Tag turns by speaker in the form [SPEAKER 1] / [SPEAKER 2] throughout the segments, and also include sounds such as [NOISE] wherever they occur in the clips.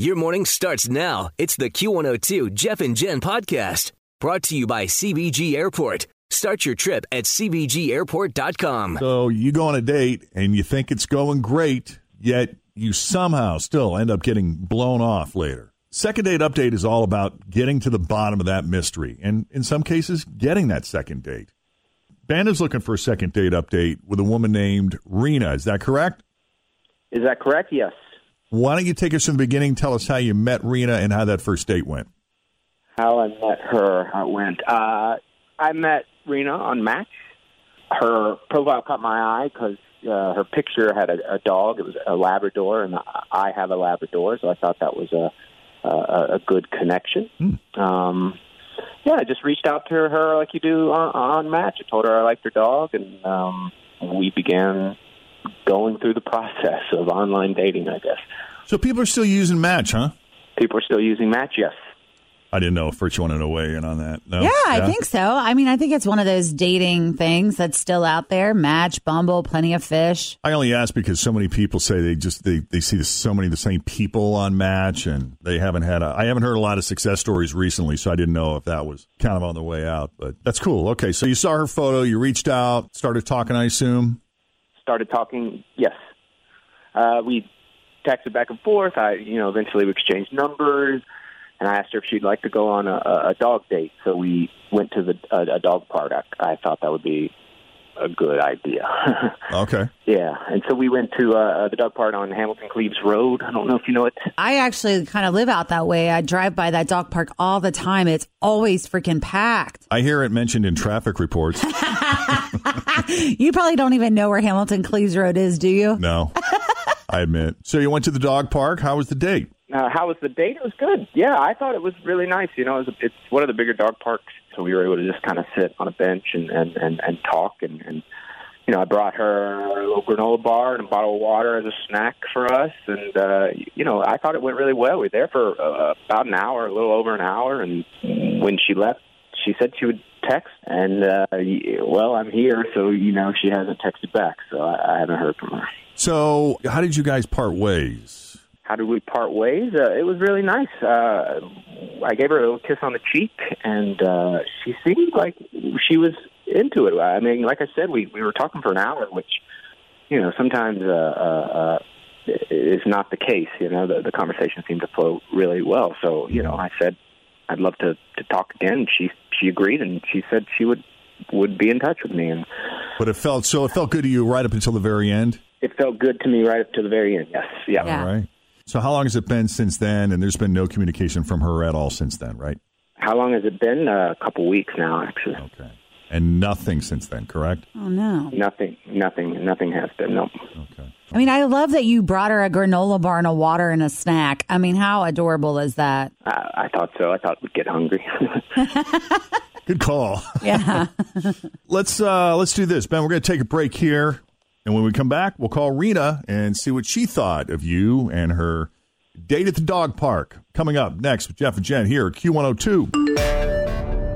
[SPEAKER 1] Your morning starts now. It's the Q102 Jeff and Jen podcast brought to you by CBG Airport. Start your trip at CBGAirport.com.
[SPEAKER 2] [LAUGHS] So you go on a date and you think it's going great, yet you somehow still end up getting blown off later. Second date update is all about getting to the bottom of that mystery and, in some cases, getting that second date. Banda's looking for a second date update with a woman named Rena. Is that correct?
[SPEAKER 3] Is that correct? Yes.
[SPEAKER 2] Why don't you take us from the beginning? Tell us how you met Rena and how that first date went.
[SPEAKER 3] How I met her, how it went. Uh, I met Rena on Match. Her profile caught my eye because uh, her picture had a, a dog. It was a Labrador, and I I have a Labrador, so I thought that was a a, a good connection. Um, yeah, I just reached out to her like you do on, on Match. I told her I liked her dog, and um, we began going through the process of online dating. I guess
[SPEAKER 2] So people are still using Match, huh?
[SPEAKER 3] people are still using Match. Yes.
[SPEAKER 2] I didn't know if Rich wanted to weigh in on that. No?
[SPEAKER 4] Yeah, I think so. I mean, I think it's one of those dating things that's still out there. Match, Bumble, plenty of fish.
[SPEAKER 2] I only ask because so many people say they just they, they see so many of the same people on Match, and they haven't had a. I haven't heard a lot of success stories recently, so I didn't know if that was kind of on the way out. But that's cool. Okay, so you saw her photo, you reached out, started talking. I assume.
[SPEAKER 3] started talking. Yes, uh, we texted back and forth. I, you know, eventually we exchanged numbers, and I asked her if she'd like to go on a, a- a dog date. So we went to the a, a dog park. I, I thought that would be a good idea. [LAUGHS]
[SPEAKER 2] Okay,
[SPEAKER 3] yeah, and so we went to uh, the dog park on Hamilton Cleves Road. I don't know if you know it.
[SPEAKER 4] I actually kind of live out that way. I drive by that dog park all the time. It's always freaking packed.
[SPEAKER 2] I hear it mentioned in traffic reports. [LAUGHS]
[SPEAKER 4] You probably don't even know where Hamilton Cleves Road is, do you?
[SPEAKER 2] No, I admit. So you went to the dog park. How was the date?
[SPEAKER 3] Uh, how was the date? It was good. Yeah, I thought it was really nice. You know, it was, it's one of the bigger dog parks, so we were able to just kind of sit on a bench and and and, and talk and and you know, I brought her a little granola bar and a bottle of water as a snack for us, and uh, you know, I thought it went really well. We were there for uh, about an hour, a little over an hour, and when she left, she said she would text, and uh, y- well, I'm here, so you know, she hasn't texted back, so I, I haven't heard from her.
[SPEAKER 2] So how did you guys part ways?
[SPEAKER 3] how did we part ways? Uh, it was really nice. Uh, I gave her a little kiss on the cheek, and uh, she seemed like she was into it. I mean, like I said, we we were talking for an hour, which you know sometimes uh, uh, uh, is not the case. You know, the, the conversation seemed to flow really well. So you know, I said I'd love to to talk again. She she agreed, and she said she would would be in touch with me, and
[SPEAKER 2] But it felt so. It felt good to you right up until the very end.
[SPEAKER 3] it felt good to me right up to the very end. Yes, yeah.
[SPEAKER 4] Yeah.
[SPEAKER 2] All right. So how long has it been since then? And there's been no communication from her at all since then, right?
[SPEAKER 3] How long has it been? Uh, a couple weeks now, actually.
[SPEAKER 2] Okay. And nothing since then, correct?
[SPEAKER 4] Oh, no.
[SPEAKER 3] Nothing, nothing, nothing has been. No,
[SPEAKER 2] Okay.
[SPEAKER 4] I mean, I love that you brought her a granola bar and a water and a snack. I mean, how adorable is that?
[SPEAKER 3] I, I thought so. I thought we'd get hungry. [LAUGHS]
[SPEAKER 2] Good call.
[SPEAKER 4] Yeah.
[SPEAKER 2] [LAUGHS] let's uh let's do this. Ben, we're gonna take a break here. And when we come back, we'll call Rena and see what she thought of you and her date at the dog park. Coming up next with Jeff and Jen here at Q102.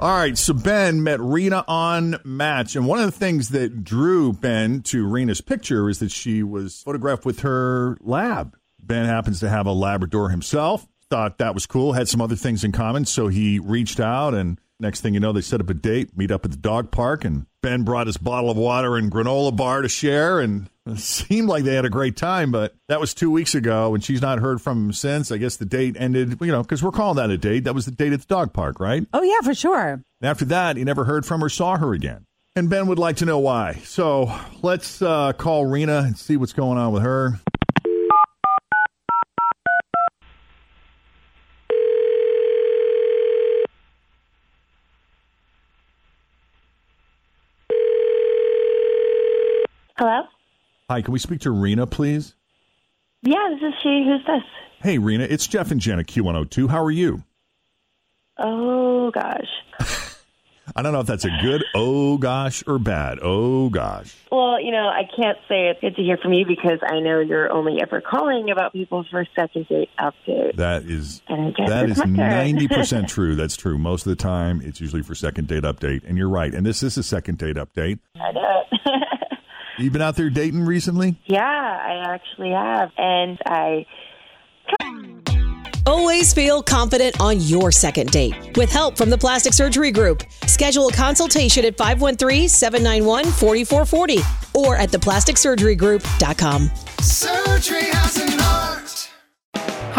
[SPEAKER 2] All right, so Ben met Rena on Match, and one of the things that drew Ben to Rena's picture is that she was photographed with her lab. Ben happens to have a Labrador himself, thought that was cool, had some other things in common, so he reached out and Next thing you know, they set up a date, meet up at the dog park, and Ben brought his bottle of water and granola bar to share. And it seemed like they had a great time, but that was two weeks ago, and she's not heard from him since. I guess the date ended, you know, because we're calling that a date. That was the date at the dog park, right?
[SPEAKER 4] Oh, yeah, for sure.
[SPEAKER 2] And after that, he never heard from her, saw her again. And Ben would like to know why. So let's uh, call Rena and see what's going on with her.
[SPEAKER 5] Hello?
[SPEAKER 2] Hi, can we speak to Rena, please?
[SPEAKER 5] Yeah, this is she. Who's this?
[SPEAKER 2] Hey, Rena, it's Jeff and Jen at Q102. How are you?
[SPEAKER 5] Oh, gosh.
[SPEAKER 2] I don't know if that's a good oh gosh or bad oh gosh.
[SPEAKER 5] Well, you know, I can't say it's good to hear from you because I know you're only ever calling about people's first second date updates.
[SPEAKER 2] That is
[SPEAKER 5] And I guess
[SPEAKER 2] that
[SPEAKER 5] it's
[SPEAKER 2] is
[SPEAKER 5] my turn.
[SPEAKER 2] ninety
[SPEAKER 5] [LAUGHS]
[SPEAKER 2] percent true. That's true. Most of the time, it's usually for second date update, and you're right. And this is a second date update.
[SPEAKER 5] I know. [LAUGHS]
[SPEAKER 2] You've been out there dating recently.
[SPEAKER 5] yeah, I actually have. And I
[SPEAKER 6] Always feel confident on your second date with help from the Plastic Surgery Group. Schedule a consultation at 513 791 4440 or at theplasticsurgerygroup.com.
[SPEAKER 7] Surgery has an art.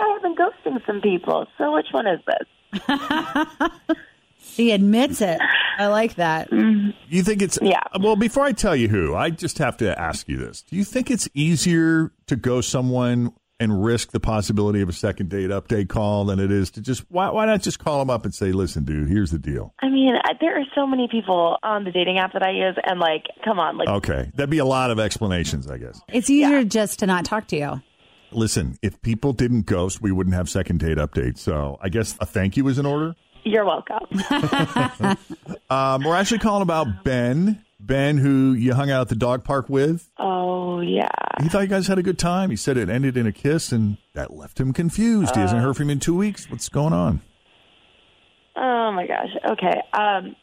[SPEAKER 5] I have been ghosting some people. So which one is this?
[SPEAKER 4] She admits it. I like that.
[SPEAKER 2] You think it's uh,
[SPEAKER 5] Yeah.
[SPEAKER 2] Well, before I tell you who, I just have to ask you this: Do you think it's easier to go someone and risk the possibility of a second date update call than it is to just why, why not just call them up and say, "Listen, dude, here's the deal."
[SPEAKER 5] I mean, I, there are so many people on the dating app that I use, and like, come on, like,
[SPEAKER 2] Okay, that'd be a lot of explanations, I guess.
[SPEAKER 4] It's easier just to not talk to you.
[SPEAKER 2] Listen, if people didn't ghost, we wouldn't have second date updates. So I guess a thank you is in order.
[SPEAKER 5] you're welcome. [LAUGHS]
[SPEAKER 2] Um, we're actually calling about Ben. Ben, who you hung out at the dog park with.
[SPEAKER 5] oh yeah.
[SPEAKER 2] He thought you guys had a good time. He said it ended in a kiss, and that left him confused. he
[SPEAKER 5] Uh,
[SPEAKER 2] hasn't heard from you in two weeks. What's going on?
[SPEAKER 5] Oh my gosh. Okay. Um,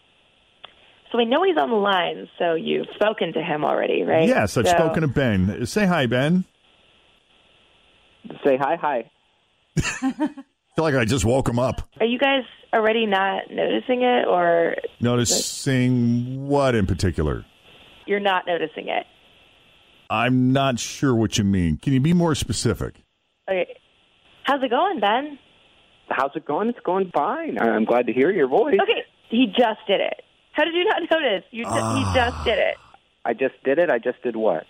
[SPEAKER 5] so we know he's on the line. So you've spoken to him already, right?
[SPEAKER 2] Yes, I've
[SPEAKER 5] So-
[SPEAKER 2] spoken to Ben. Say hi, Ben.
[SPEAKER 3] Say hi, hi.
[SPEAKER 2] I feel like I just woke him up.
[SPEAKER 5] Are you guys already not noticing it, or
[SPEAKER 2] Noticing what in particular?
[SPEAKER 5] you're not noticing it?
[SPEAKER 2] I'm not sure what you mean. Can you be more specific?
[SPEAKER 5] Okay. How's it going, Ben?
[SPEAKER 3] How's it going? It's going fine. I- I'm glad to hear your voice.
[SPEAKER 5] Okay. He just did it. How did you not notice? You ju-
[SPEAKER 2] Ah,
[SPEAKER 5] he just did it.
[SPEAKER 3] I just did it. I just did what?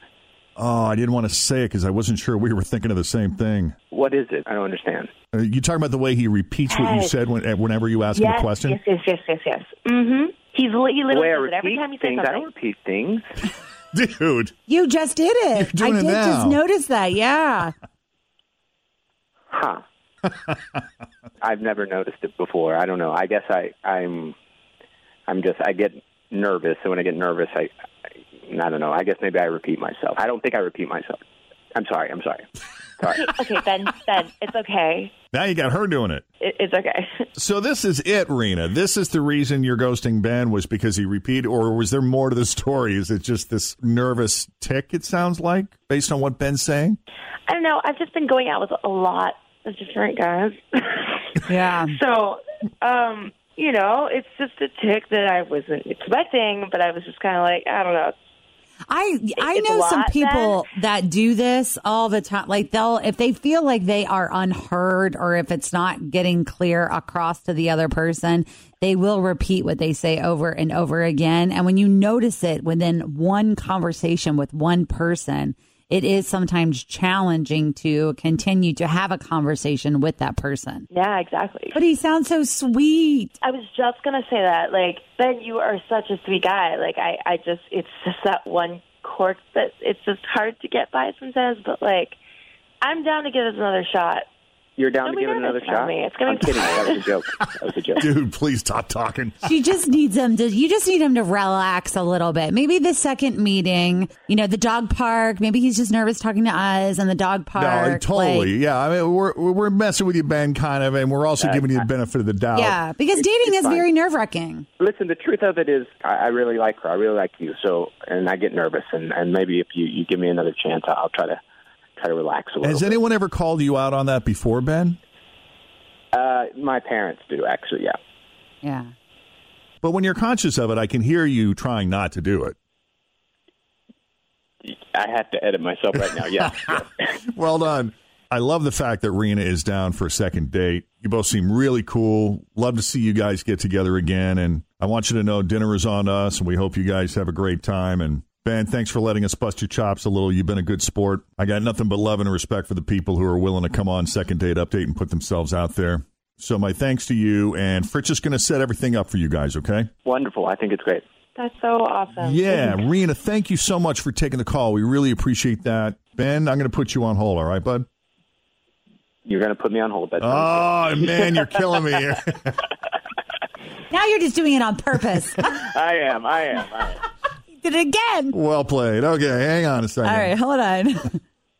[SPEAKER 2] Oh, I didn't want to say it because I wasn't sure we were thinking of the same thing.
[SPEAKER 3] What is it? I don't understand.
[SPEAKER 2] Uh, you talking about the way he repeats what you
[SPEAKER 5] Yes.
[SPEAKER 2] said when, uh, whenever you ask him a
[SPEAKER 5] Yes,
[SPEAKER 2] question?
[SPEAKER 5] yes. Yes. Yes. Yes. Yes. Mm-hmm. He's li- he literally
[SPEAKER 3] Where
[SPEAKER 5] does it every
[SPEAKER 3] repeat
[SPEAKER 5] time you say
[SPEAKER 3] things? I don't
[SPEAKER 5] something.
[SPEAKER 3] repeat things.
[SPEAKER 2] [LAUGHS] Dude,
[SPEAKER 4] You just did it.
[SPEAKER 2] You're doing
[SPEAKER 4] I
[SPEAKER 2] it
[SPEAKER 4] did just
[SPEAKER 2] now.
[SPEAKER 4] notice
[SPEAKER 2] [LAUGHS]
[SPEAKER 4] that. Yeah.
[SPEAKER 5] [LAUGHS]
[SPEAKER 3] Huh. I've never noticed it before. I don't know. I guess I, I'm, I'm just, I get nervous. So when I get nervous, I, I, I don't know. I guess maybe I repeat myself. I don't think I repeat myself. I'm sorry. I'm sorry. Sorry.
[SPEAKER 5] Okay, Ben. Ben, it's okay.
[SPEAKER 2] now you got her doing it.
[SPEAKER 5] It, it's okay. [LAUGHS]
[SPEAKER 2] So this is it, Rena. This is the reason you're ghosting Ben was because he repeated, or was there more to the story? Is it just this nervous tick? It sounds like based on what Ben's saying.
[SPEAKER 5] I don't know. I've just been going out with a lot of different guys. [LAUGHS]
[SPEAKER 4] Yeah.
[SPEAKER 5] so, um, you know, it's just a tick that I wasn't expecting, but I was just kind of like, I don't know.
[SPEAKER 4] I I
[SPEAKER 5] It's a
[SPEAKER 4] know some
[SPEAKER 5] lot,
[SPEAKER 4] people that do this all the time. Like they'll if they feel like they are unheard or if it's not getting clear across to the other person, they will repeat what they say over and over again. And when you notice it within one conversation with one person, it is sometimes challenging to continue to have a conversation with that person.
[SPEAKER 5] Yeah, exactly.
[SPEAKER 4] But he sounds so sweet.
[SPEAKER 5] I was just gonna say that, like, Ben, you are such a sweet guy. Like, I, I just, it's just that one quirk that it's just hard to get by sometimes. But like, I'm down to give this another shot.
[SPEAKER 3] You're down to
[SPEAKER 5] Don't be
[SPEAKER 3] give it another
[SPEAKER 5] nervous about
[SPEAKER 3] shot?
[SPEAKER 5] me. It's gonna
[SPEAKER 3] I'm
[SPEAKER 5] be
[SPEAKER 3] kidding.
[SPEAKER 5] fine.
[SPEAKER 3] That was a joke. That was
[SPEAKER 2] [LAUGHS]
[SPEAKER 3] a joke.
[SPEAKER 2] Dude, please stop talking.
[SPEAKER 4] She just needs them to, you just need him to relax a little bit. Maybe the second meeting, you know, the dog park, maybe he's just nervous talking to us and the dog park.
[SPEAKER 2] No, totally.
[SPEAKER 4] like-
[SPEAKER 2] yeah, I mean, we're we're messing with you, Ben, kind of, and we're also giving you the benefit of the doubt.
[SPEAKER 4] yeah, because dating is very nerve wracking.
[SPEAKER 3] Listen, the truth of it is, I, I really like her. I really like you. So, and I get nervous, and, and maybe if you, you give me another chance, I'll I'll try to try to relax a little.
[SPEAKER 2] Has
[SPEAKER 3] bit.
[SPEAKER 2] anyone ever called you out on that before, Ben?
[SPEAKER 3] Uh, my parents do actually. Yeah.
[SPEAKER 4] Yeah.
[SPEAKER 2] But when you're conscious of it, I can hear you trying not to do it.
[SPEAKER 3] I have to edit myself right now.
[SPEAKER 2] [LAUGHS]
[SPEAKER 3] Yeah.
[SPEAKER 2] Well done. I love the fact that Rena is down for a second date. You both seem really cool. Love to see you guys get together again. And I want you to know dinner is on us, and we hope you guys have a great time. And Ben, thanks for letting us bust your chops a little. You've been a good sport. I got nothing but love and respect for the people who are willing to come on second date update and put themselves out there. So my thanks to you, and Fritz is going to set everything up for you guys. Okay?
[SPEAKER 3] Wonderful. I think it's great.
[SPEAKER 5] That's so awesome.
[SPEAKER 2] Yeah, Rena, thank you so much for taking the call. We really appreciate that. Ben, I'm going to put you on hold. All right, bud.
[SPEAKER 3] You're going to put me on hold. That sounds
[SPEAKER 2] Oh
[SPEAKER 4] [LAUGHS]
[SPEAKER 2] man, you're killing me here. [LAUGHS]
[SPEAKER 4] Now you're just doing it on purpose.
[SPEAKER 2] [LAUGHS]
[SPEAKER 3] good. I am. I am. I am.
[SPEAKER 4] You Did it again.
[SPEAKER 2] Well played. Okay, hang on a second.
[SPEAKER 4] All right, hold on.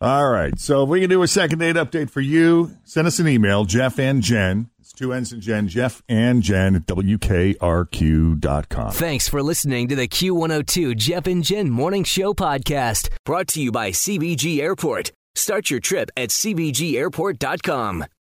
[SPEAKER 2] All right. So if we can do a second date update for you, send us an email, Jeff and Jen. It's two N's and Jen, Jeff and Jen at WKRQ.com.
[SPEAKER 1] Thanks for listening to the Q102 Jeff and Jen Morning Show podcast, brought to you by CBG Airport. Start your trip at CBGAirport.com.